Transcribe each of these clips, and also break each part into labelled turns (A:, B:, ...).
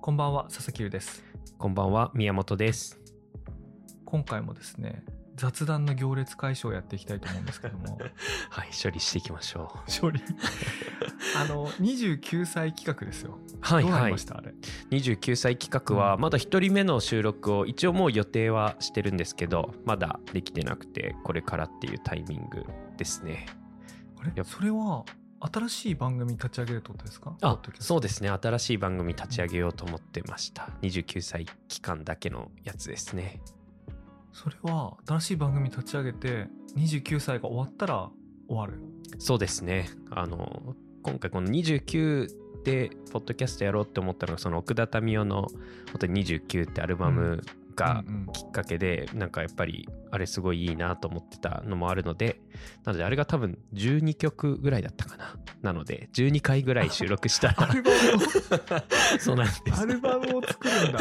A: こんばんは佐々木優です
B: こんばんは、宮本です。
A: 今回もですね雑談の行列解消をやっていきたいと思うんですけど も
B: はい、処理していきましょう。
A: 勝利あの29歳企画ですよ、
B: はい、
A: どうな
B: は
A: り
B: い
A: まし。たあれ
B: 29歳企画は、まだ1人目の収録を、一応もう予定はしてるんですけど、まだできてなくて、これからっていうタイミングですね。
A: あれ
B: やっ
A: それは新しい番組立ち上げるってことですか
B: あ、そうですすね。新しい番組立ち上げようと思ってました。29歳期間だけのやつですね。
A: それは新しい番組立ち上げて29歳が終わったら終わる
B: そうですね。あの、今回この29で、ポッドキャストやろうって思ったのが、その奥田民生の、本当に29ってアルバムが、
A: うんうん
B: きっかけでなんかやっぱりあれすごいいいなと思ってたのもあるのでなのであれが多分12曲ぐらいだったかななので12回ぐらい収録 した
A: ア
B: ら
A: ルバム
B: そうなんで
A: をア
B: す
A: ルバムを作るん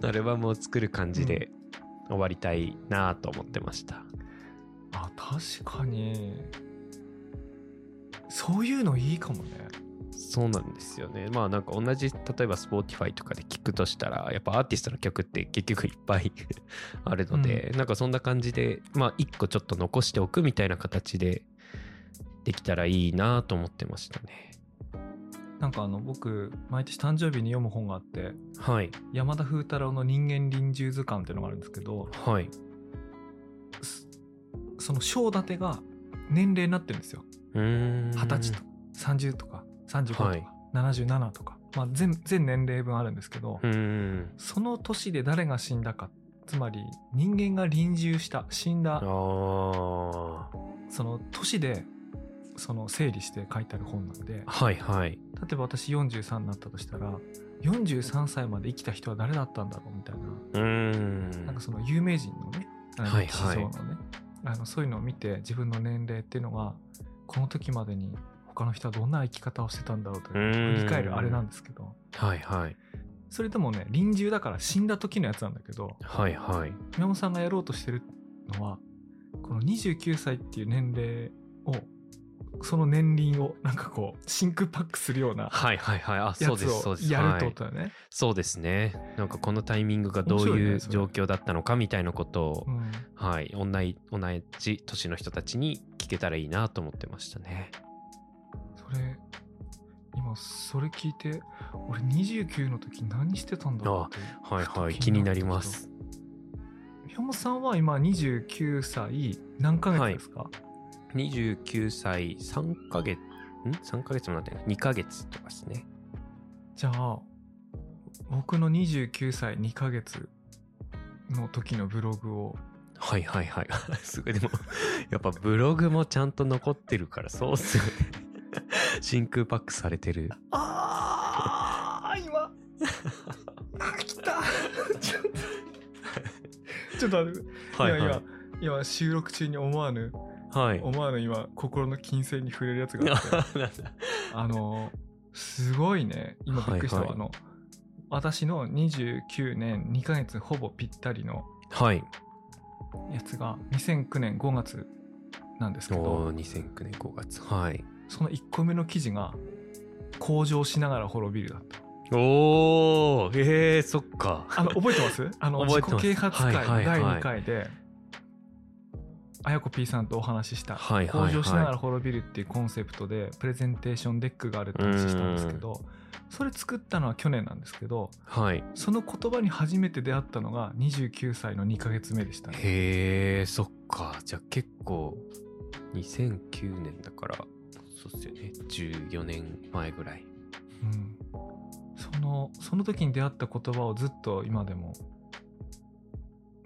A: だ
B: アルバムを作る感じで終わりたいなと思ってました
A: あ確かにそういうのいいかもね
B: そうなんですよねまあなんか同じ例えば Spotify とかで聞くとしたらやっぱアーティストの曲って結局いっぱい あるので、なんかそんな感じでまあ1個ちょっと残しておくみたいな形でできたらいいなと思ってましたね
A: なんかあの僕毎年誕生日に読む本があって
B: はい
A: 山田風太郎の「人間臨終図鑑」っていうのがあるんですけど
B: はい
A: すその章立てが年齢になってるんですよ
B: 二
A: 二十歳とか30とか35とか、
B: はい
A: 77とか、まあ、全全年齢分あるんですけど、
B: うーん
A: その年で誰が死んだかつまり人間が臨終した死ん
B: あ
A: だ
B: あ
A: その年でその整理して書いてある本なんで
B: はいはい
A: 例えば私43になったとしたら43歳まで生きた人は誰だったんだろうみたいな
B: うーん
A: なんかその有名人のねあの
B: はい
A: 地
B: はい
A: 蔵のね、あのそういうのを見て自分の年齢っていうのがこの時までに他の人はどんな生き方をしてたんだろうと
B: うーん
A: 振り返るあれなんですけど
B: はいはい
A: それでもね臨終だから死んだ時のやつなんだけど
B: はいはい
A: 宮本さんがやろうとしてるのはこの29歳っていう年齢をその年輪をなんかこう真空パックするような
B: はいはいはいあ
A: や
B: そう
A: つ
B: ですそ
A: を
B: うです
A: やるって
B: は
A: こ
B: い
A: とだよね。
B: そうですねなんかこのタイミングがどう
A: 面白い
B: い
A: ね
B: う
A: それ
B: 状況だったのかみたいなことを、
A: うん
B: はい同い同じ年の人たちに聞けたらいいなと思ってましたね
A: それ今それ聞いて俺29の時何してたんだろうって
B: はいはい
A: ち
B: 気
A: ょっと
B: に
A: った
B: なります
A: 宮本さんは今29歳何ヶ月ですか、
B: 29歳3ヶ月ん3ヶ月もなってない2ヶ月とかですね
A: じゃあ僕の29歳2ヶ月の時のブログを
B: はいはいはい。 すごい。でも、やっぱブログもちゃんと残ってるから、そうっすよね。 真空パックされてる。
A: ああ今あ来た ちょっとちょっと待って今今今収録中に思わぬ
B: はい。
A: 思わぬ今心の金星に触れるやつがあって
B: なんだ
A: あのすごいね今びっくりしたわ、
B: はいはい
A: あの私の29年2ヶ月ほぼぴったりの
B: はい。
A: やつが2009年5月なんですけ
B: お
A: ど
B: ー2009年5月。はい。
A: その1個目の記事が向上しながら滅びるだった
B: おー、えー、そっか。
A: あの覚えてます あの
B: 覚
A: 自
B: えて
A: 己
B: ます
A: 啓発会
B: はいはいはい
A: 第2回で、あやこ P さんとお話しした
B: はいはいはい
A: 向上しながら滅びるっていうコンセプトでプレゼンテーションデックがあるって話したんですけどそれ作ったのは去年なんですけど
B: はい。
A: その言葉に初めて出会ったのが29歳の2ヶ月目でしたね
B: へー、そっか。じゃあ結構、2009年だから、そうっすよね。14年前ぐらい。
A: うん、そのその時に出会った言葉をずっと今でも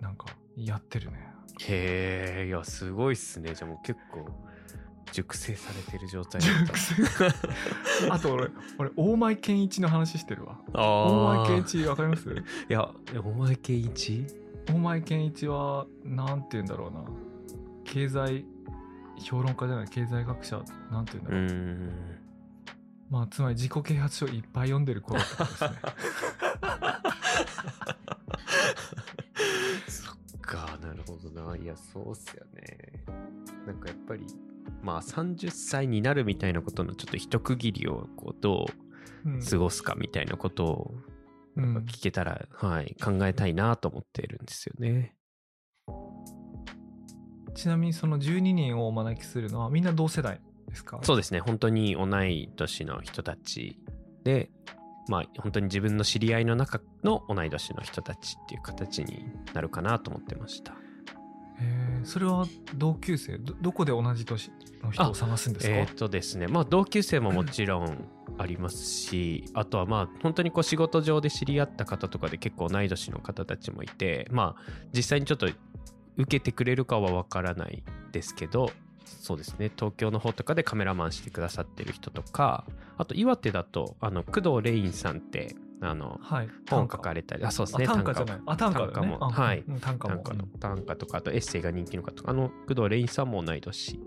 A: なんかやってるね
B: へー、いや、すごいっすね。じゃあもう結構、熟成されてる状態だった
A: 熟成あと俺俺大前健一の話してるわ大
B: あ
A: 前健
B: ー
A: 一わかります
B: いやお前健一
A: 大前健一はなんて言うんだろうな経済評論家じゃない経済学者なんて言うんだ
B: う
A: ろう、
B: ん
A: まあつまり自己啓発書いっぱい読んでる頃ってこと ですね
B: そっかなるほどないやそうっすよねなんかやっぱりまあ30歳になるみたいなことのちょっと一区切りをこうど
A: うん
B: う過ごすかみたいなことを
A: うん
B: 聞けたら、はい、考えたいなと思ってるんですよね。
A: ちなみにその12人をお招きするのはみんな同世代ですか
B: そうですね、本当に同い年の人たちで、まあ、本当に自分の知り合いの中の同い年の人たちっていう形になるかなと思ってました。
A: へーそれは同級生どどこで同じ年の人を探すんですか、
B: えーっとですね、まあ、同級生ももちろんありますし、あとはまあ、本当にこう仕事上で知り合った方とかで結構同い年の方たちもいて、まあ、実際にちょっと受けてくれるかはわからないですけど、そうですね、東京の方とかでカメラマンしてくださってる人とか、あと岩手だと、あの、工藤レインさんって、あの、
A: はい
B: 本書か
A: れ
B: れたり、あ、そうですね、
A: 短歌じゃない
B: を
A: あ短歌だ
B: 短
A: よ
B: 歌
A: ね
B: もはい
A: うん短歌も
B: 短歌の短歌とか、あとエッセイが人気の方とか、あの、工藤レインさんも同い年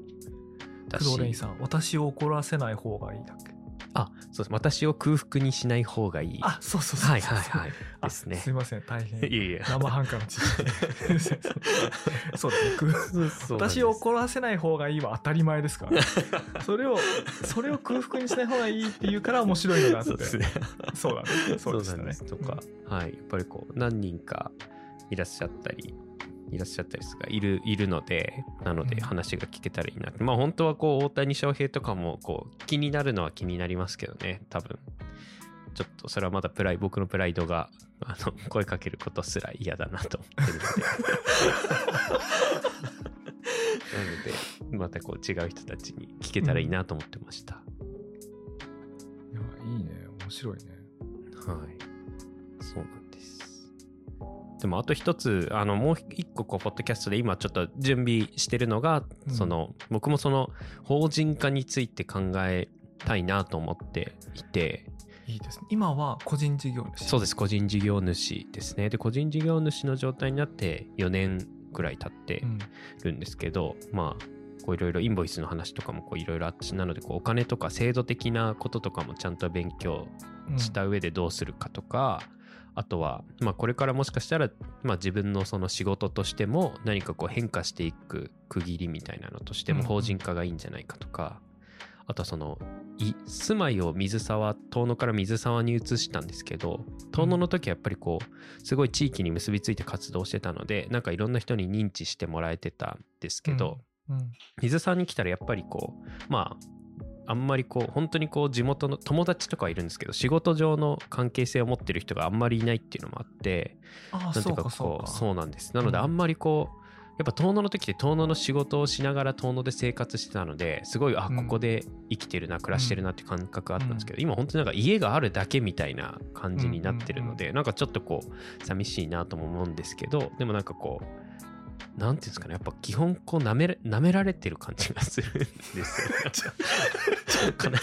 B: だ
A: 工
B: し。
A: 藤レイさん私を怒らせない方がいいだっけ
B: あそうです私を空腹にしない方がいい。
A: あそうそうそう
B: はいはいはいい。ですね
A: す。いません大変
B: いえいえ。
A: 生半可の知識そう ですね
B: そうそうなんです
A: 私を怒らせない方がいいは当たり前ですから、それをそれを空腹にしない方がいいっていうから面白いのがあって
B: そうですね。
A: そうだねそうでし
B: な
A: た
B: ん
A: ね
B: ですとか、はい。やっぱりこう、何人かいらっしゃったり、いらっしゃったりですが、いる、いるので、なの
A: うん
B: で話が聞けたらいいなって。まあ本当はこう、大谷翔平とかも、こう、気になるのは気になりますけどね、多分。ちょっとそれはまだプライ僕のプライドがあの 声かけることすら嫌だなと 思ってるのでなのでまたこう違う人たちに聞けたらいいなと思ってました、
A: いやいいね面白いね
B: はい。そうなんです。でもあと一つ、あの、もう一個、こう、ポッドキャストで今ちょっと準備してるのが、
A: うん
B: その、僕もその、法人化について考えたいなと思っていて、
A: いいですね今は個人事業主
B: そうです、個人事業主ですね。で、個人事業主の状態になって4年ぐらい経って
A: うん
B: るんですけど、まあ、こういろいろインボイスの話とかもこういろいろあったしなのでこうお金とか制度的なこととかもちゃんと勉強
A: うん
B: した上でどうするかとか、あとは、まあ、これからもしかしたら、まあ、自分のその仕事としても何かこう変化していく区切りみたいなのとして
A: うん
B: も
A: うん
B: 法人化がいいんじゃないかとか、あとはそのい住まいを水沢遠野から水沢に移したんですけど遠野の時はやっぱりこうすごい地域に結びついて活動してたのでなんかいろんな人に認知してもらえてたんですけど、
A: うん
B: 水沢に来たらやっぱりこうまああんまりこう本当にこう地元の友達とかはいるんですけど仕事上の関係性を持ってる人があんまりいないっていうのもあって
A: ああ
B: なんて
A: そ
B: いううか
A: かそ
B: こ
A: う
B: う
A: か
B: そうなんですなので
A: うん
B: あんまりこうやっぱ遠野の時って遠野の仕事をしながら遠野で生活してたのですごいあ
A: うん
B: ここで生きてるな暮らしてるなっていう感覚があったんですけど今本当になんか家があるだけみたいな感じになってるのでなんかちょっとこう寂しいなとも思うんですけどでもなんかこうなんていうんですかねやっぱ基本こうなめなめられてる感じがするんですよね かな。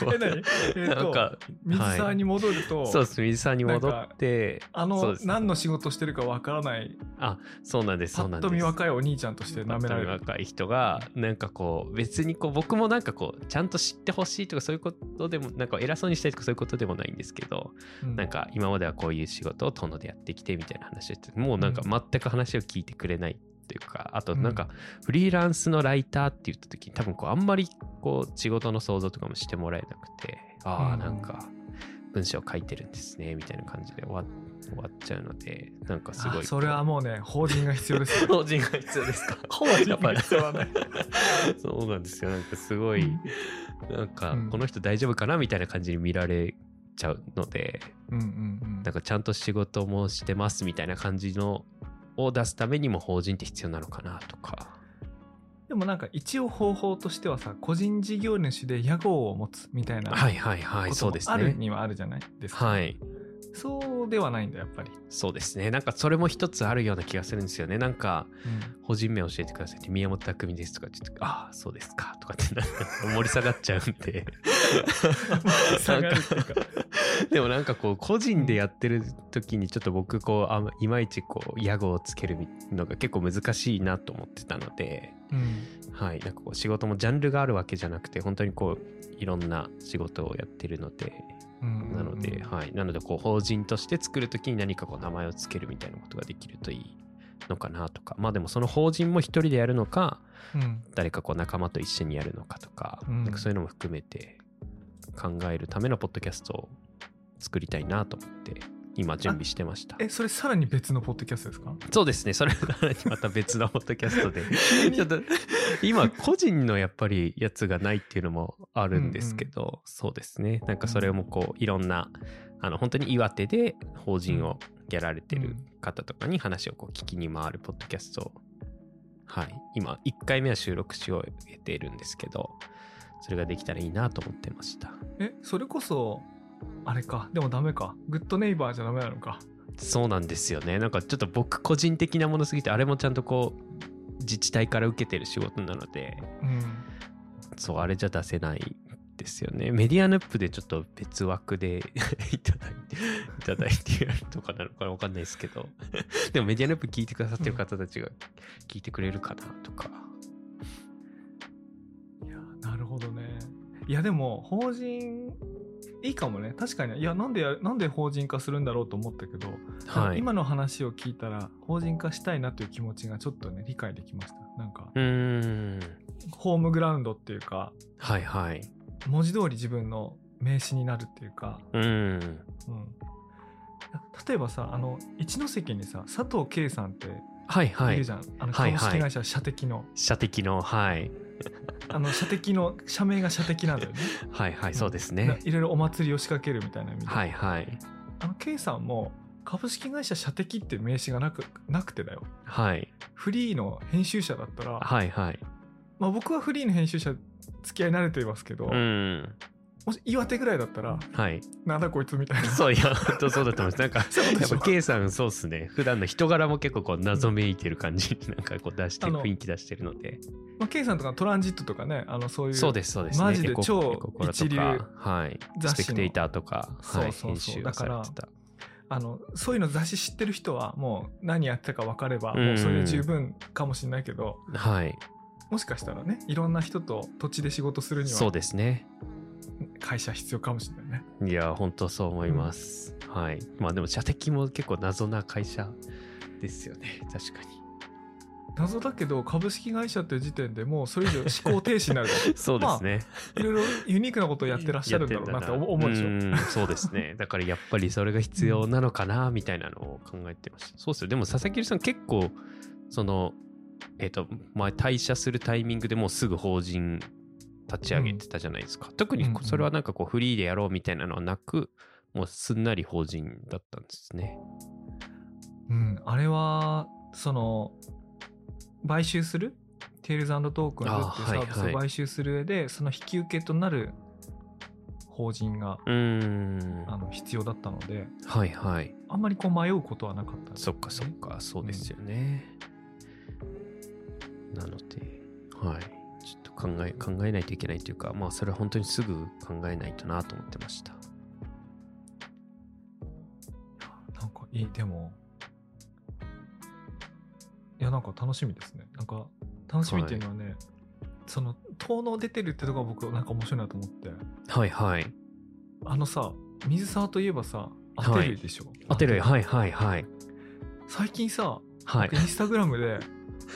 B: こう
A: え何えー
B: なん
A: と
B: か
A: 水沢に戻ると、
B: そうです水さんに戻って
A: あ
B: そう
A: の
B: です
A: 何の仕事してるかわからない
B: あそうなんです
A: ぱ
B: そうな
A: っ
B: ん
A: と
B: です
A: 見若いお兄ちゃんとして舐められ
B: パ
A: る
B: ッと見若い人がなんかこう別にこう僕もなんかこうちゃんと知ってほしいとかそういうことでもなんか偉そうにしたいとかそういうことでもないんですけど、
A: うん
B: なんか今まではこういう仕事を殿でやってきてみたいな話をしてもうなんか全く話を聞いてくれないっていうかあとなんかフリーランスのライターって言った時に多分こうあんまりこう仕事の想像とかもしてもらえなくてあ
A: う
B: あ
A: ん
B: なんか文章書いてるんですねみたいな感じで終わ終わっちゃうのでなんかすご
A: あ
B: い
A: それはもうね法人が必要です よ
B: 法人が必要です か
A: 法人が必要だね
B: そうなんですよ。なんかすご
A: う
B: い
A: ん、
B: なんか
A: うん
B: この人大丈夫かなみたいな感じに見られちゃうので、
A: うんうんうん
B: なんかちゃんと仕事もしてますみたいな感じのを出すためにも法人って必要なのかなとか。
A: でもなんか一応方法としてはさ個人事業主で屋号を持つみたいな
B: はいはいはい、
A: こ
B: そ
A: と
B: う
A: も
B: です
A: ある
B: ね。
A: にはあるじゃないですか、
B: はい、
A: そうではないんだやっぱり、
B: そうですね。なんかそれも一つあるような気がするんですよね。なんか、
A: うん
B: 法人名教えてくださいって宮本拓海ですとかちょっとああそうですかとかってなんか盛り下がっちゃうんで
A: 下がるっていうか
B: でもなんかこう個人でやってる時にちょっと僕こうあんいまいちこう屋号をつけるのが結構難しいなと思ってたので、
A: うん
B: はい、なんかこう仕事もジャンルがあるわけじゃなくて本当にこういろんな仕事をやってるので
A: うんうん
B: なので、はい、なのでこう法人として作る時に何かこう名前をつけるみたいなことができるといいのかなとかまあでもその法人も一人でやるのか
A: うん
B: 誰かこう仲間と一緒にやるのかとか,、
A: うん
B: なんかそういうのも含めて考えるためのポッドキャストを作りたいなと思って今準備してました
A: えそれさらに別のポッドキャストですか
B: そうですねそれはさらにまた別のポッドキャス トでちょっと今個人のやっぱりやつがないっていうのもあるんですけど、そうですねなんかそれもこういろんなあの本当に岩手で法人をやられてる方とかに話をこう聞きに回るポッドキャストをはい今1回目は収録し終えているんですけどそれができたらいいなと思ってました
A: えそれこそあれかでもダメかグッドネイバーじゃダメなのか
B: そうなんですよねなんかちょっと僕個人的なものすぎてあれもちゃんとこう自治体から受けてる仕事なので
A: うん
B: そうあれじゃ出せないですよねメディアヌップでちょっと別枠で いただいていただいてやるとかなのかわかんないですけどでもメディアヌップ聞いてくださってる方たちが聞いてくれるかなとか、
A: いやなるほどねいやでも法人いいかもね確かにいやなんでやなんで法人化するんだろうと思ったけど、
B: はい
A: 今の話を聞いたら法人化したいなという気持ちがちょっとね理解できましたなんか
B: うーん
A: ホームグラウンドっていうか
B: はいはい
A: 文字通り自分の名刺になるっていうか、
B: うーん
A: うん、いや例えばさあの一ノ関にさ佐藤圭さんって
B: はいはい
A: る
B: い
A: じゃん、あの
B: はい
A: 株
B: はい
A: 式会社社的の、
B: 射的のはい
A: あの社的の社名が社的なんだよね
B: はいはいそうです
A: な
B: ね
A: いろいろお祭りを仕掛けるみたいな意味で
B: はいはい
A: あの K さんも株式会社社的って名刺がなくなくてだよ
B: はい
A: フリーの編集者だったら、
B: はいはい
A: まあ、僕はフリーの編集者付き合い慣れてますけど、
B: うん
A: もし岩手ぐらいだったら
B: はい
A: なんだこいつみたいな
B: そういや本当そうだと思いますなんか
A: そういうこと
B: や
A: で
B: っ
A: しょ
B: ぱ K さんそうっすね普段の人柄も結構こう謎めいてる感じ になんかこう出して
A: あの
B: 雰囲気出してるので
A: まあ、K さんとかトランジットとかねあのそういう
B: そうですそうです、ね、
A: マジで
B: エコ
A: 超
B: エココラとか
A: 一流
B: はい
A: 雑誌の
B: スペクテーターとか
A: そう
B: はい
A: そう
B: 編
A: そう
B: 集をされてた
A: あのそういうの雑誌知ってる人はもう何やってたか分かれば
B: うん
A: もうそれで十分かもしれないけど、
B: はい
A: もしかしたらねいろんな人と土地で仕事するに
B: そう
A: は
B: ですね
A: 会社必要かもしれないね。
B: いや本当そう思います、はいまあでも射的も結構謎な会社ですよね 確かに
A: 謎だけど株式会社っていう時点でもうそれ以上思考停止に なる
B: そうですね、
A: いろいろユニークなことをやってらっしゃるんだろうなって思うでしょ。
B: んそうですね。だからやっぱりそれが必要なのかなみたいなのを考えてました。そうですよ。でも佐々木さん結構そのえっ、と前退社するタイミングでもうすぐ法人立ち上げてたじゃないですか。特にこ
A: うんうん
B: それはなんかこうフリーでやろうみたいなのはなく、もうすんなり法人だったんですね。
A: うん、あれはその買収するテールズトークンズ
B: あ
A: っていうサービス
B: はいはい
A: を買収する上でその引き受けとなる法人が
B: うーん。
A: あの必要だったので
B: はいはい。
A: あんまりこう迷うことはなかったです
B: そっかそっか、そうですよね。なので、はい。ちょっと考え、考えないといけないというか、まあ、それは本当にすぐ考えないとなと思ってました。
A: なんかいいでもいやなんか楽しみですねなんか楽しみっていうのはね、その遠能出てるってとこが僕なんか面白いなと思って
B: はいはい。
A: あのさ水沢といえばさアテルイでしょ、
B: 当てる、はいはいはい。
A: 最近さ、
B: はい
A: 僕。インスタグラムで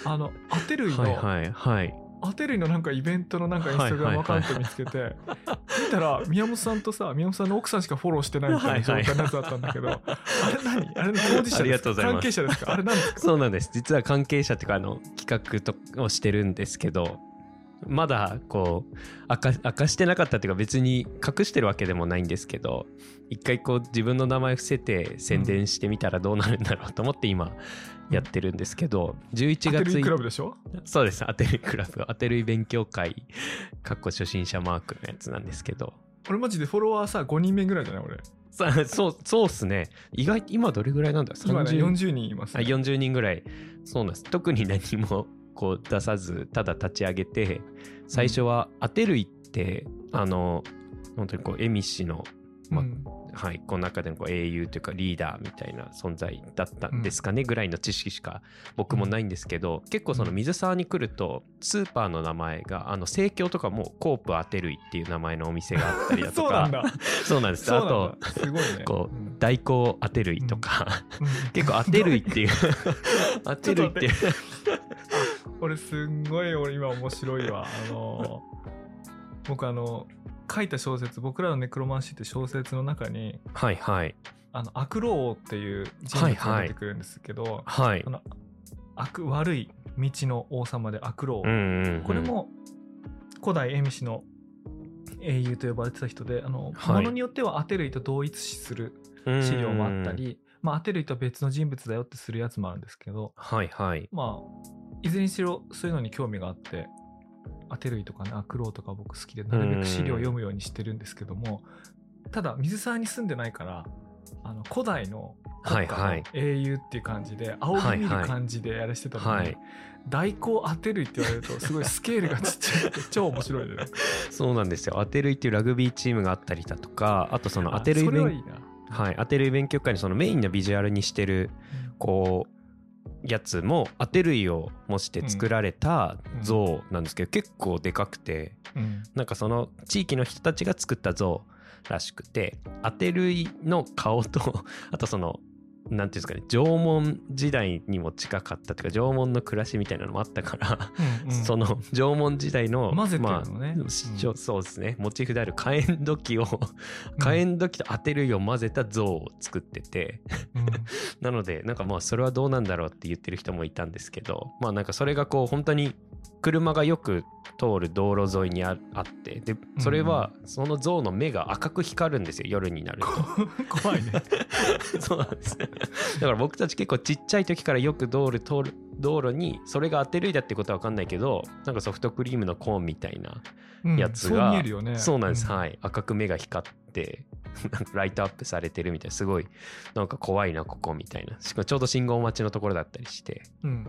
A: あのアテルイの、
B: はいはいはい。
A: アテルイのなんかイベントのなんかインスタグラムアカウント見つけて、見たら宮本さんとさ宮本さんの奥さんしかフォローしてないみたいな状態のやつだったんだけど、あれ何あれ当事者
B: あり
A: で
B: が
A: す
B: とう
A: か
B: ござい
A: 関
B: ます
A: 係者ですかあれ何ですか
B: そうなんです。実は関係者っていうか、あの、企画とをしてるんですけど、まだこう明か明かしてなかったっていうか別に隠してるわけでもないんですけど一回こう自分の名前伏せて宣伝してみたらどうなるんだろうと思って今やってるんですけど11
A: アテ
B: 月
A: ルイクラ
B: い
A: ブでしょ
B: そうですアテルイクラブアテルイ勉強会かっこ初心者マークのやつなんですけど
A: 俺マジでフォロワーさ5人目ぐらいじゃない俺
B: さそうそうっすね意外今どれぐらいなんだ
A: 今ね
B: 30
A: 40人います、
B: あ
A: ね、
B: 40人ぐらいそうなんです特に何もこう出さずただ立ち上げて最初は「当てるい」ってあの本当にこうエミ氏の、まあ
A: うん
B: はい、この中でのこう英雄というかリーダーみたいな存在だったんですかねぐらいの知識しか僕もないんですけど結構その水沢に来るとスーパーの名前があの生協とかもコープ当てるいっていう名前のお店があったりだと
A: そうなん
B: か
A: だ
B: そうなんです
A: そう
B: あ
A: なん
B: と
A: だすごいね
B: こう
A: うん
B: 大工当てるいとか、
A: うん
B: 結構当てるいっ ていう当てるいっていう
A: 俺すんごい俺今面白いわあのー僕あの書いた小説僕らのネクロマンシーって小説の中に
B: はいはい
A: あの悪老王っていう人物が出てくるんですけど、
B: はい
A: あの悪悪い道の王様で悪老王、
B: うんうんうん
A: これも古代蝦夷の英雄と呼ばれてた人であの、
B: はい
A: ものによってはアテルイと同一視する資料もあった
B: うん
A: り、まあ、アテルイとは別の人物だよってするやつもあるんですけど
B: はいはい
A: まあいずれにしろそういうのに興味があってアテルイとかねアクローとか僕好きでなるべく資料を読むようにしてるんですけどもただ水沢に住んでないからあの古代の
B: はいはい
A: 国家の英雄っていう感じで仰ぎ見る感じであれしてたのに、
B: はい
A: 代行アテルイって言われるとすごいスケールがちっちゃ くて超面白いね
B: そうなんですよアテルイっていうラグビーチームがあったりだとかあとそのアテルイ
A: それ
B: 勉
A: はいいな、
B: はい、アテルイ勉強会のそのメインのビジュアルにしてるこうやつもアテルイを模して作られた像なんですけど、結構でかくて
A: うん
B: なんかその地域の人たちが作った像らしくてアテルイの顔と あとそのなんていうんですかね縄文時代にも近かったというか縄文の暮らしみたいなのもあったから、
A: うんうん
B: その縄文時代の
A: 混ぜてるの
B: まあ
A: ね、
B: しょそうですねモチーフである火炎土器を火炎土器と当てるよ混ぜた像を作ってて
A: うんうん
B: なのでなんかまあそれはどうなんだろうって言ってる人もいたんですけどまあなんかそれがこう本当に車がよく通る道路沿いにああってでそれはその像の目が赤く光るんですよ夜になる と
A: 怖いね。
B: そうなんですねだから僕たち結構ちっちゃい時からよく道路通る道路にそれが当てるいだってことは分かんないけどなんかソフトクリームのコーンみたいな
A: うん
B: やつ
A: そ
B: が、
A: う見えるよね。
B: そうなんです、
A: い。
B: はい赤く目が光って なんかライトアップされてるみたいなすごいなんか怖いなここみたいなしかもちょうど信号待ちのところだったりして
A: うん。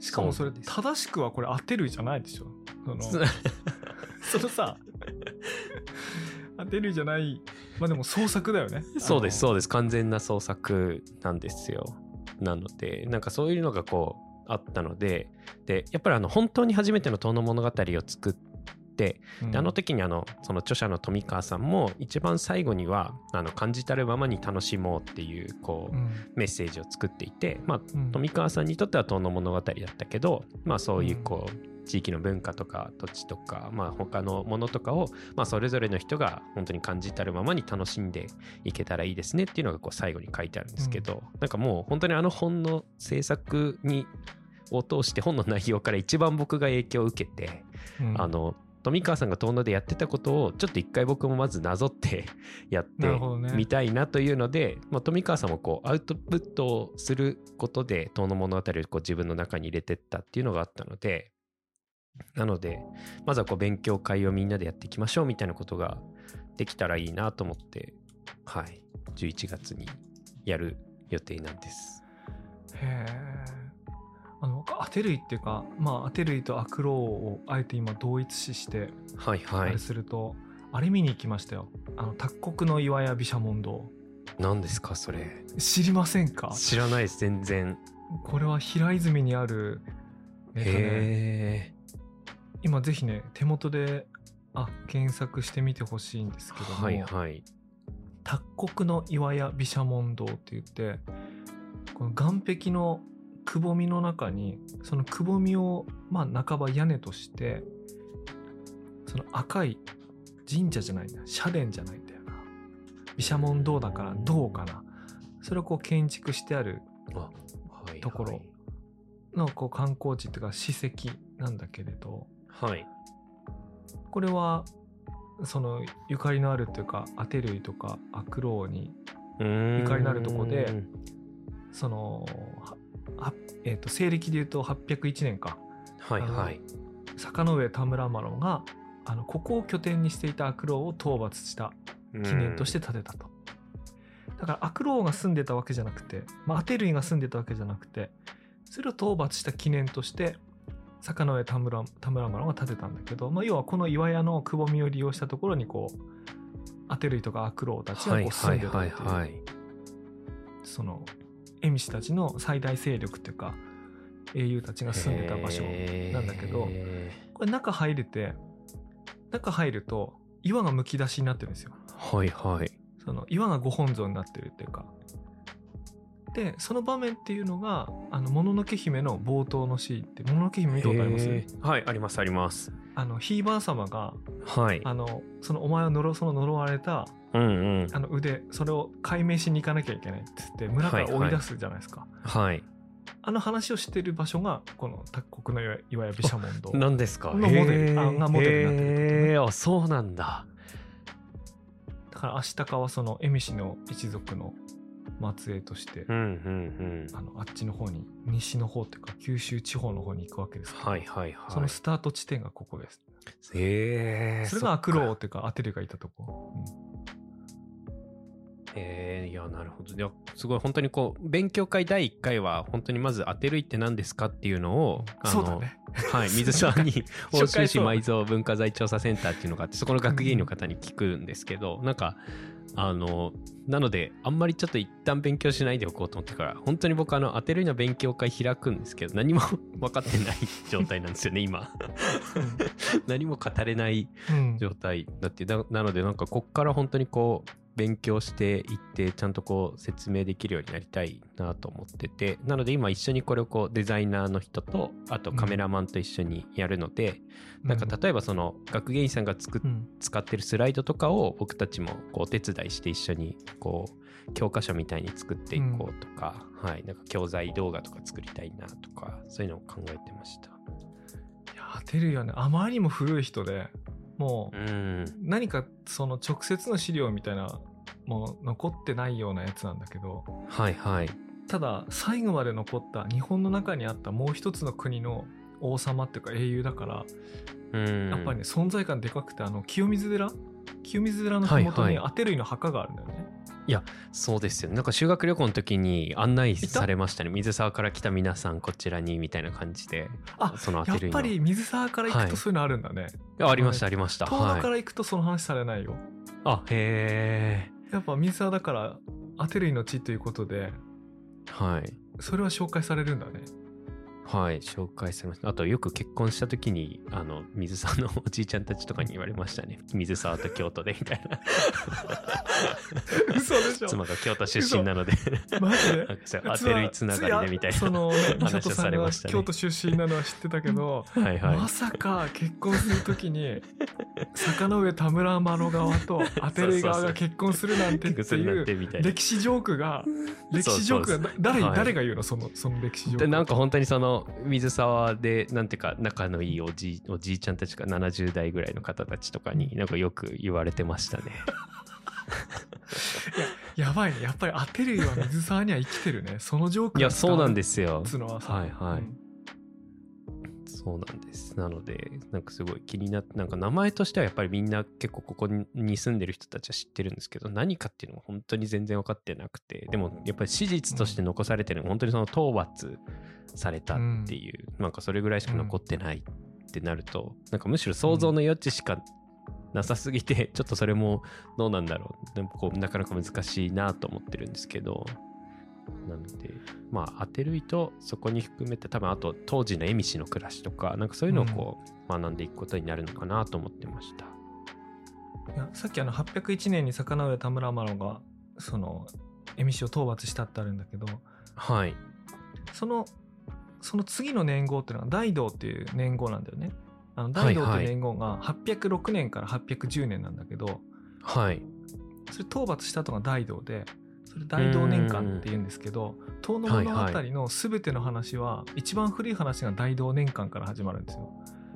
A: しかもそれ
B: そうなんです
A: 正しくはこれ当てるじゃないでしょ。その そのさ当てるじゃないまあでも創作だよね。
B: そうです
A: う。
B: そうです完全な創作なんですよなのでなんかそういうのがこうあったのででやっぱりあの本当に初めての「遠野物語」を作って
A: うん
B: であの時にあのその著者の富川さんも一番最後にはあの感じたるままに楽しもうっていうこう
A: うん
B: メッセージを作っていて、まあ、
A: うん
B: 富川さんにとっては遠野物語だったけど、まあ、そういうこう地域の文化とか土地とか、まあ、他のものとかを、まあ、それぞれの人が本当に感じたるままに楽しんでいけたらいいですねっていうのがこう最後に書いてあるんですけど、なんかもう本当にあの本の制作にを通して本の内容から一番僕が影響を受けて、
A: うん
B: あの富川さんが遠野でやってたことをちょっと一回僕もまずなぞって やって
A: なるほどね
B: みたいなというので、まあ、富川さんもこうアウトプットをすることで遠野物語をこう自分の中に入れてったっていうのがあったのでなのでまずはこう勉強会をみんなでやっていきましょうみたいなことができたらいいなと思ってはい11月にやる予定なんです。
A: へえ。あの当てるいっていうかまあ当てるいと悪老をあえて今同一視して
B: はい
A: あ
B: はい
A: れ。すると、あれ見に行きましたよ。あの卓国の岩屋毘沙門堂
B: 何ですかそれ。
A: 知りませんか。
B: 知らないです全然。
A: これは平泉にある、えっとね、
B: へえ。
A: 今ぜひね手元であ検索してみてほしいんですけども「
B: はいはい。
A: 卓国の岩屋毘沙門堂」って言ってこの岸壁のくぼみの中にそのくぼみをまあ半ば屋根としてその赤い神社じゃないんだ社殿じゃないんだよな毘沙門堂だからどうかなそれをこう建築してある
B: あはい
A: ところのこう観光地っていうか史跡なんだけれど
B: はい
A: これはそのゆかりのあるというかアテルイとかアクローにゆ
B: ゆ
A: かりのあるとこでそのははえーと西暦でいうと801年か
B: はいはい
A: 坂上田村麻呂があのここを拠点にしていたアクローを討伐した記念としてて建てたと。だからアクローが住んでたわけじゃなくて、まあ、アテルイが住んでたわけじゃなくてそれを討伐した記念として坂上田村田村麻呂が建てたんだけど、まあ、要はこの岩屋のくぼみを利用したところにこうアテルイとかアクローたちがこう住んでたっていう
B: い
A: そのエミシたちの最大勢力っていうか英雄たちが住んでた場所なんだけど
B: へ
A: これ中入れて中入ると岩がむき出しになってるんですよ。
B: ーはいはい
A: その岩がご本尊になってるっていうかでその場面っていうのが「あのもののけ姫」の冒頭のシーンって「もののけ姫」見たことあります、
B: へーはい、ありますあります。
A: あのひいばあ様が
B: はい。
A: あのそのお前を呪その呪われた
B: うんうん。
A: あの腕それを解明しに行かなきゃいけないっつって村から追い出すじゃないですか、
B: はい。
A: あの話をしてる場所がこの「国のいわゆる毘沙門堂」
B: なんですか。
A: のモデル
B: へー
A: あがモデルになってるってことね
B: へーあ、そうなんだ。
A: だから足高はその恵美氏の一族の末裔として、
B: うんうんうん。
A: あのあっちの方に西の方っていうか九州地方の方に行くわけですけど
B: はいはいはい。
A: そのスタート地点がここです。
B: へえ。
A: それがアクロー
B: そっ
A: っ
B: か。
A: ていうかアテルがいたとこ。
B: ええ、いや、なるほど。いや、すごい、本当にこう、勉強会第一回は、本当にまず当てるいって何ですかっていうのを、あの
A: そうだね。
B: はい、水さ んに
A: 紹
B: 奥
A: 介
B: 州市
A: そう
B: 埋蔵文化財調査センターっていうのがあってそこの学芸員の方に聞くんですけど、なんかあのなのであんまりちょっと一旦勉強しないでおこうと思ってから本当に僕あの当てるような勉強会開くんですけど何も 分かってない状態なんですよね今 何も語れない
A: うん
B: 状態だってななのでなんかこっから本当にこう勉強していってちゃんとこう説明できるようになりたいなと思っててなので今一緒にこれをこうデザイナーの人とあとカメラマンと一緒にやるので、なんか例えばその学芸員さんが作っ
A: うん
B: 使ってるスライドとかを僕たちもこうお手伝いして一緒にこう教科書みたいに作っていこうとか、はいなんか教材動画とか作りたいなとかそういうのを考えてました。
A: いや当てるよね。あまりにも古い人でもう
B: うん
A: 何かその直接の資料みたいなもの残ってないようなやつなんだけど
B: はいはい。
A: ただ最後まで残った日本の中にあったもう一つの国の王様っていうか英雄だから
B: うん
A: やっぱりね存在感でかくてあの清水寺清水寺の麓
B: はい
A: に
B: は
A: アテルイの墓があるんだよね。
B: そうですよね。なんか修学旅行の時に案内されましたね。水沢から来た皆さんこちらにみたいな感じで。
A: あ
B: その
A: や
B: 当
A: って
B: る
A: ぱり水沢から行く
B: は
A: と
B: い
A: そういうのあるんだね。
B: あありましたありました。
A: 遠野か
B: はい。
A: ら行くとその話されないよ。
B: あへえ。
A: やっぱ水沢だからアテルイの地ということで
B: はい。
A: それは紹介されるんだね。
B: はい、紹介されました。あと、よく結婚した時に、あの、水沢のおじいちゃんたちとかに言われましたね。水沢と京都で、み たいな。
A: 嘘でしょ
B: 妻が京都出身なので、
A: マジで
B: なんかそう当てるいつながりで、みたい
A: そ
B: な。
A: の美
B: 話
A: 里
B: を
A: さ
B: さ
A: ん
B: れ
A: が
B: ましたね
A: 京都出身なのは知ってたけど、
B: はい はい。
A: まさか結婚するときに坂上田村麻呂側とアテルイ側が結婚するなんてって
B: 結婚する
A: い
B: なん
A: う
B: て、みたいな。
A: 歴史ジョークが
B: そう
A: 歴史ジョークが誰
B: はい
A: 誰が言うのそのその歴史ジョー
B: で
A: ク
B: なんか本当にその水沢でなんていうか仲のいいおじいおじいちゃんたちが70代ぐらいの方たちとかになんかよく言われてましたね。
A: やばいねやっぱりアテルイは水沢には生きてるねそのジョーク
B: いやそうなんですすよ。
A: つうのはさ
B: はいはい
A: うん
B: そうなんです。なので、なんかすごい気になって、なんか名前としてはやっぱりみんな結構ここに住んでる人たちは知ってるんですけど、何かっていうのが本当に全然分かってなくて、でもやっぱり史実として残されてるのが本当にその討伐されたっていう、なんかそれぐらいしか残ってないってなると、なんかむしろ想像の余地しかなさすぎて、ちょっとそれもどうなんだろう、でもこうなかなか難しいなと思ってるんですけど、なので、まあ、当てるいとそこに含めて多分あと当時の恵美氏の暮らしとかなんかそういうのをこう、学んでいくことになるのかなと思ってました。
A: いやさっきあの801年に坂上田村麻呂がその恵美氏を討伐したってあるんだけど
B: はい。
A: そのその次の年号っていうのは大道っていう年号なんだよね。あの
B: は
A: 大
B: い
A: 道
B: はい
A: っていう年号が806年から810年なんだけど、
B: はい。
A: それ討伐した後が大道でそれ大道年間って言うんですけど遠野物語の全ての話は、一番古い話が大道年間から始まるんですよ。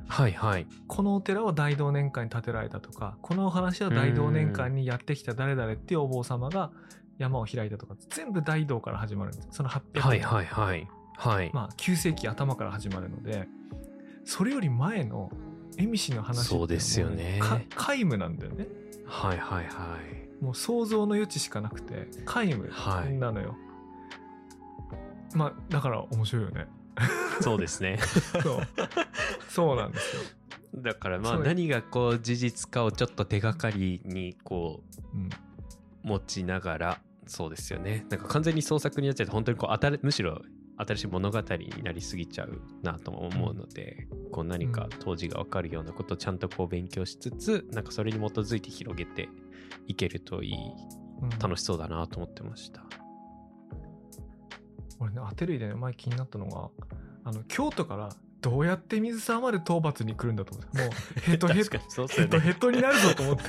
B: はいはい。
A: このお寺は大同年間に建てられたとかこのお話は大同年間にやってきた誰々っていうお坊様が山を開いたとか全部大道から始まるんですその800年、
B: はいはいはい。はい。
A: まあ、9世紀頭から始まるのでそれより前の恵美氏の話っていのは
B: そうですよね
A: か皆無なんだよね
B: はいはいはい。
A: もう想像の余地しかなくて皆無
B: はい
A: なのよ、まあだから面白いよね
B: そうですね。
A: そうそうなんですよ、
B: だからまあ
A: そう
B: 何がこう事実かをちょっと手がかりにこう
A: うん、
B: 持ちながらそうですよねなんか完全に創作になっちゃって本当にこう新むしろ新しい物語になりすぎちゃうなとも思うので、こう何か当時が分かるようなことをちゃんとこう勉強しつつなんかそれに基づいて広げていけるといい
A: うん
B: 楽しそうだなと思ってました
A: 俺ねアテルイでね前気になったのがあの京都からどうやって水沢まで討伐に来るんだと思ってもうヘトヘ
B: 確
A: ト
B: かにそうっす
A: ヘ
B: よ
A: ト
B: ね。
A: ヘトになるぞと 思って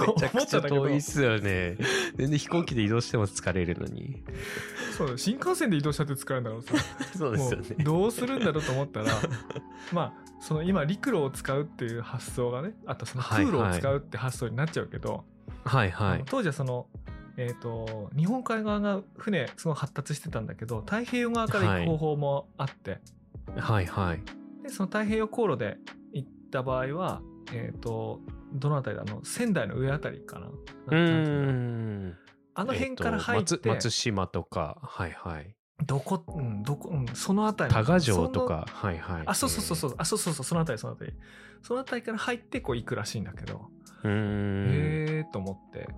B: めちゃくちゃ遠いっ
A: と
B: すよね。全然飛行機で移動しても疲れるのに。
A: 思ったんだけどそうだよ新幹線で移動したって疲れるんだろうさ
B: そうですよ
A: もう
B: ね。
A: どうするんだろうと思 ったらまあその今陸路を使うっていう発想がねあとその空路を使うって発想になっちゃうけど、
B: はい
A: あ
B: は
A: の
B: い。
A: 当時はその、えー、と日本海側が船すごい発達してたんだけど太平洋側から行く方法もあって、
B: はいはい。
A: でその太平洋航路で行った場合は、えー、とどの辺りだあの仙台の上辺りかな
B: う
A: なんていうんだ
B: ーん。
A: あの辺から入って、
B: えと松松島とか、はいはい。
A: どこ、うん、どこ、うん、その辺り
B: 多賀城とか、はいはい。
A: あそうそうそうそう、あそうそうそうその辺りその辺りその辺りから入ってこう行くらしいんだけど、
B: うん。う
A: へ
B: ーん。
A: えと思って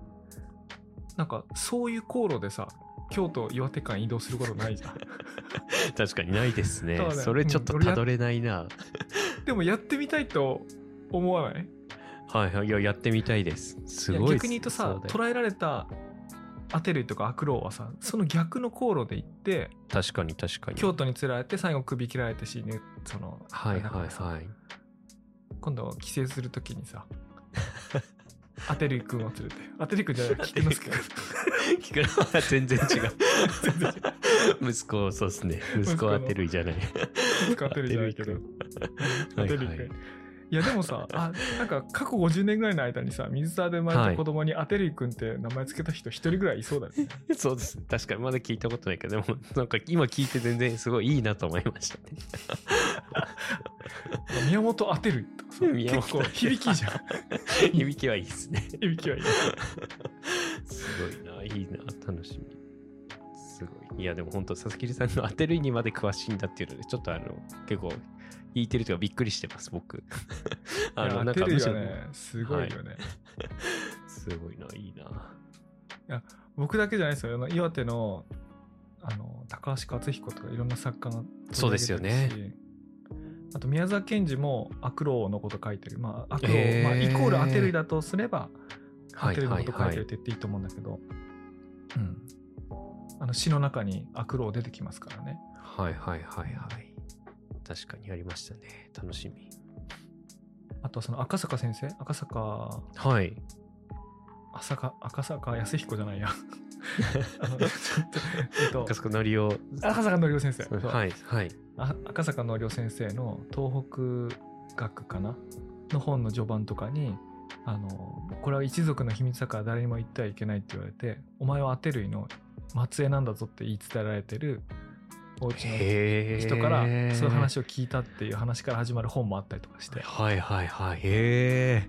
A: なんかそういう航路でさ京都岩手間移動することないじゃん
B: 確かにないですね
A: そうだ。よ
B: それちょっとたどれないな。
A: でもやってみたいと思わない
B: はいはい。いや、やってみたいです。す
A: い
B: ご
A: や
B: いっ
A: 逆
B: す
A: に言うとさ
B: そうだよ
A: 捉えられたアテルイとかアクローはさその逆の航路で行って
B: 確かに確かに。
A: 京都に連れられて最後首切られて死ぬその
B: はい
A: だか
B: はい
A: らさ
B: はい。
A: 今度帰省するときに さアテルイ君を連れてアテルイ君じゃない菊之助君
B: 聞くのは全然違
A: 全然
B: う。 息子、そうですね。息
A: 息子
B: 子
A: の
B: はてるいじゃない。
A: 使ってるじゃないけど。
B: は
A: 当
B: い
A: てる
B: はい
A: いやでも さあなんか過去50年ぐらいの間にさ水沢で生まれた子供にアテルイ君って名前つけた人一人ぐらいいそうだよね。
B: そうです。確かにまだ聞いたことないけど、でもなんか今聞いて全然すごいいいなと思いま したね。
A: 宮本アテルイとかさ
B: 宮本
A: 結構響きいいじゃん。
B: 響きはいいですね。
A: 響きはいい。
B: すごいな、いいな、楽しみ。すごい。いや、でも本当、佐々木さんの当てる意にまで詳しいんだっていうので、ちょっとあの、結構、引いてるというかびっくりしてま す、僕。あ
A: いや
B: の、
A: ア
B: なん
A: テ
B: か
A: ル
B: む
A: イ
B: し
A: は
B: ろ、
A: ねすごいよね。
B: すごいな、いいな。
A: 僕だけじゃないですよあの岩手のあの高橋克彦とかいろんな作家が
B: そうですよね
A: 取り上げてるし。あと宮沢賢治もアクローのこと書いてる。まあアクロ
B: へ
A: ー、
B: ー
A: まあ、イコールアテルイだとすれば
B: は
A: ア
B: い
A: テルイの
B: は
A: こと
B: い
A: 書い
B: は
A: てるっ
B: い。
A: て言っていいと思うんだけど、うん、あの詩の中にアクロー出てきますからね
B: はいはいはいはい。確かにありましたね。楽しみ。
A: あとはその赤坂先生赤坂
B: はい。
A: 赤坂赤坂康彦じゃ ないやあのちょっと、え
B: 赤
A: っ
B: 坂のりを。
A: と、赤坂のりょう先生、そう
B: はいはい。
A: あ赤坂のりょう先生の東北学かなの本の序盤とかにあのこれは一族の秘密だから誰にも言ってはいけないって言われてお前はアテルイの末裔なんだぞって言い伝えられてるお家の
B: へえ。
A: 人からそういう話を聞いたっていう話から始まる本もあったりとかして
B: はいはいはい。へえ。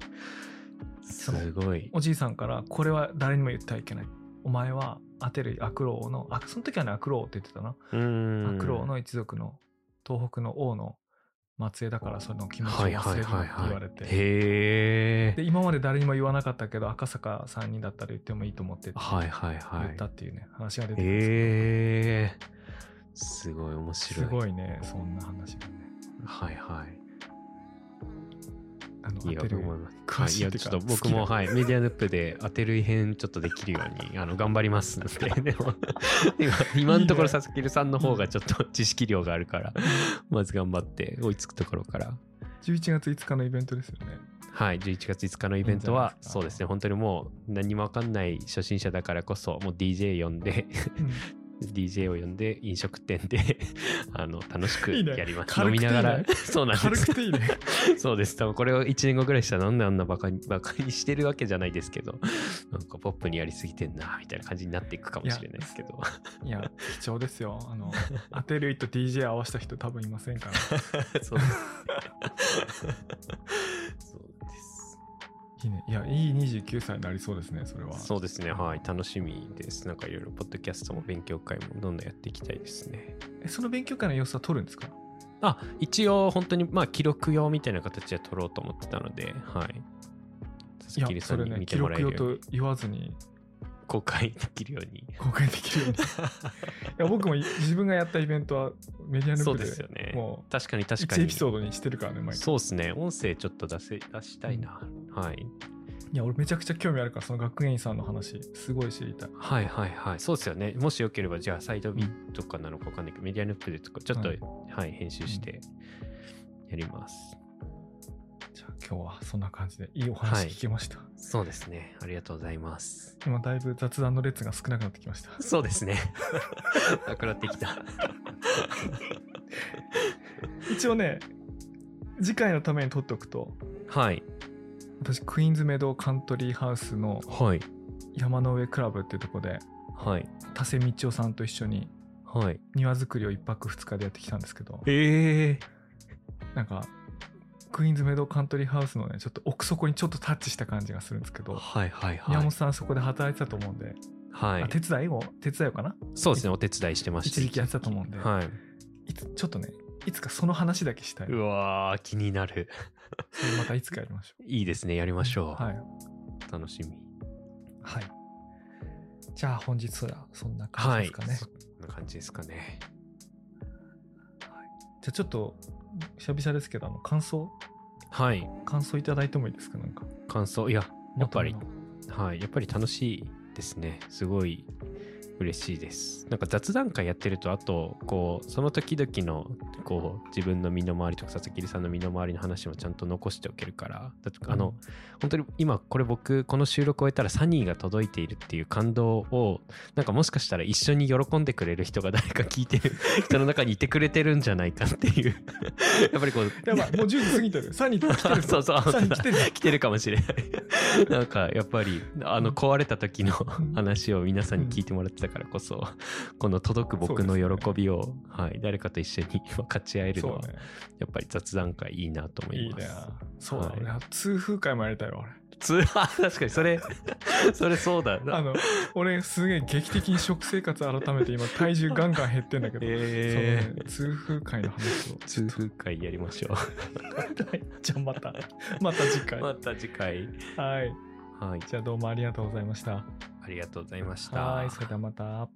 B: す
A: その
B: ごい。
A: おじいさんから「これは誰にも言ってはいけない」「お前はアテルイ・アクローのあその時はねアクローって言ってたな、
B: うーん。
A: アクローの一族の東北の王の末裔だからその気持ちを
B: はい
A: 忘
B: は
A: れる
B: い
A: な
B: は
A: っ
B: い
A: て
B: はい。
A: 言われて、
B: へ
A: で
B: え。
A: 今まで誰にも言わなかったけど赤坂さんにだったら言ってもいいと思ってって
B: はいはいは
A: 言っ
B: い
A: た。っていうね、話が出てくるんですけ
B: へえ。すごい面白い。
A: どすごいねそんな話がね
B: はいはい。
A: あの
B: いい
A: アテルイ
B: 思います。
A: 詳しい
B: は
A: っ
B: い、
A: ていう
B: いやち
A: か
B: ょっと僕も
A: 好きだ
B: はいメディアヌップで当てる編ちょっとできるようにあの頑張ります のででも今今のところ
A: いい
B: 佐々木さんの方がちょっと知識量があ るからまず頑張って追いつくところから
A: 11月5日のイベントですよね
B: はい11月5日のイベントはい
A: いんじゃないですか
B: そうですね本当にもう何もわかんない初心者だからこそもう DJ 呼んで DJ を呼んで飲食店で あの楽しく
A: いいね
B: やり ます
A: 軽く
B: 飲み
A: ていい
B: な
A: ね
B: が らそうなん
A: 軽
B: です
A: くていいね
B: そうです。多分これを1年後ぐらいしたらなんであんなバカに バカにしてるわけじゃないですけど、なんかポップにやりすぎてんなみたいな感じになっていくかもしれないですけど。
A: いや、貴重ですよ。あの、アテルイと DJ 合わせた人多分いませんから。
B: そう ですね。そうです。
A: いいね。いや、いい29歳になりそうですね、それは。
B: そうですね。はい。楽しみです。なんかいろいろポッドキャストも勉強会もどんどんやっていきたいですね。
A: えその勉強会の様子は撮るんですか
B: あ、一応本当にまあ記録用みたいな形で撮ろうと思ってたので、は
A: い
B: い。佐
A: や
B: 々木、さ
A: そ
B: ん
A: れ
B: に
A: ね、
B: 見て
A: 記
B: もらえ
A: 録
B: るよ
A: 用
B: うに
A: と言わずに
B: 公開できるように。
A: 公開できるように。い や、僕もい自分がやったイベントはメディアヌ
B: そう
A: ップ
B: です
A: で
B: よね。
A: もう、
B: 確かに確か
A: 1
B: に。
A: エピソードにしてるからね、毎回。
B: そうですね。音声ちょっと出せ出したいな。はい。
A: いや俺めちゃくちゃ興味あるからその学園員さんの話すごい知りたい
B: はいはいはい。そうですよね。もしよければ、じゃあサイドビとかなのかわかんないけど、メディアヌックでとか、ちょっと、
A: は
B: はいい、編集してやります。
A: じゃあ今日はそんな感じでいいお話聞けました、
B: そうですね。ありがとうござ います。
A: 今だいぶ雑談の列が少なくなってきました
B: そうですね。 なくなってきた。
A: 一応ね次回のために撮っておくと
B: はい。
A: 私クイーンズメドーカントリーハウスの
B: はい。
A: 山の上クラブっていうとこで
B: はい。
A: 田瀬道夫さんと一緒に
B: はい。
A: 庭作りを1泊2日でやってきたんですけど
B: ええ
A: なんかクイーンズメドーカントリーハウスのねちょっと奥底にちょっとタッチした感じがするんですけど、
B: はいはい
A: 宮
B: はい
A: 本。さんそこで働いてたと思うんで、
B: は
A: あ
B: い
A: 手。伝いを手伝いをかな
B: そうですね。お手伝いしてました。
A: 一時期やってたと思うんで、
B: はい。
A: いつちょっとねいつかその話だけしたいう
B: わー、気になる。
A: それまたいつかやりましょう
B: いいですね。やりましょう。
A: はい、
B: 楽しみ。
A: はい、じゃあ本日はそんな感じですかね、
B: そんな感じですかね。
A: じゃあちょっと久々ですけどあの感想
B: はい。
A: 感想いただいてもいいですかなんか
B: 感想。いや、やっぱり
A: まとめの
B: はい、やっぱり楽しいですね。すごい嬉しいです。なんか雑談会やってると、あと、こう、その時々の、こう、自分の身の回りとか、佐々木さんの身の回りの話もちゃんと残しておけるから、だってあの、本当に今、これ僕、この収録を終えたら、サニーが届いているっていう感動を、なんかもしかしたら一緒に喜んでくれる人が誰か聞いてる人の中にいてくれてるんじゃないかっていう、 やっぱりこう、
A: やばいもう10時過ぎてるサニー来てる
B: そうそう
A: サニー来てる
B: 来てるかもしれない なんかやっぱりあ
A: う
B: の
A: ん
B: 壊れた時の
A: うん
B: 話を皆さんに聞いてもらってたからこそこの届く僕の喜びを、はい、誰かと一緒に分かち合えるの
A: そ
B: は
A: うね
B: やっぱり雑談会いいなと思
A: い
B: い
A: い
B: ます
A: ねそうだ、
B: はい
A: 俺痛風会もやりたいわ俺
B: つ確かにそれそれそうだ
A: あ
B: な
A: の俺すげえ劇的に食生活改めて今体重ガンガン減ってんだけど、
B: え
A: その痛風会の話 を
B: ー、痛風会やりましょ
A: じゃあまた また次
B: う
A: 回
B: また次回
A: はい
B: はい
A: じゃあどうもありがとうございました
B: ありがとうございました
A: はいそれではまた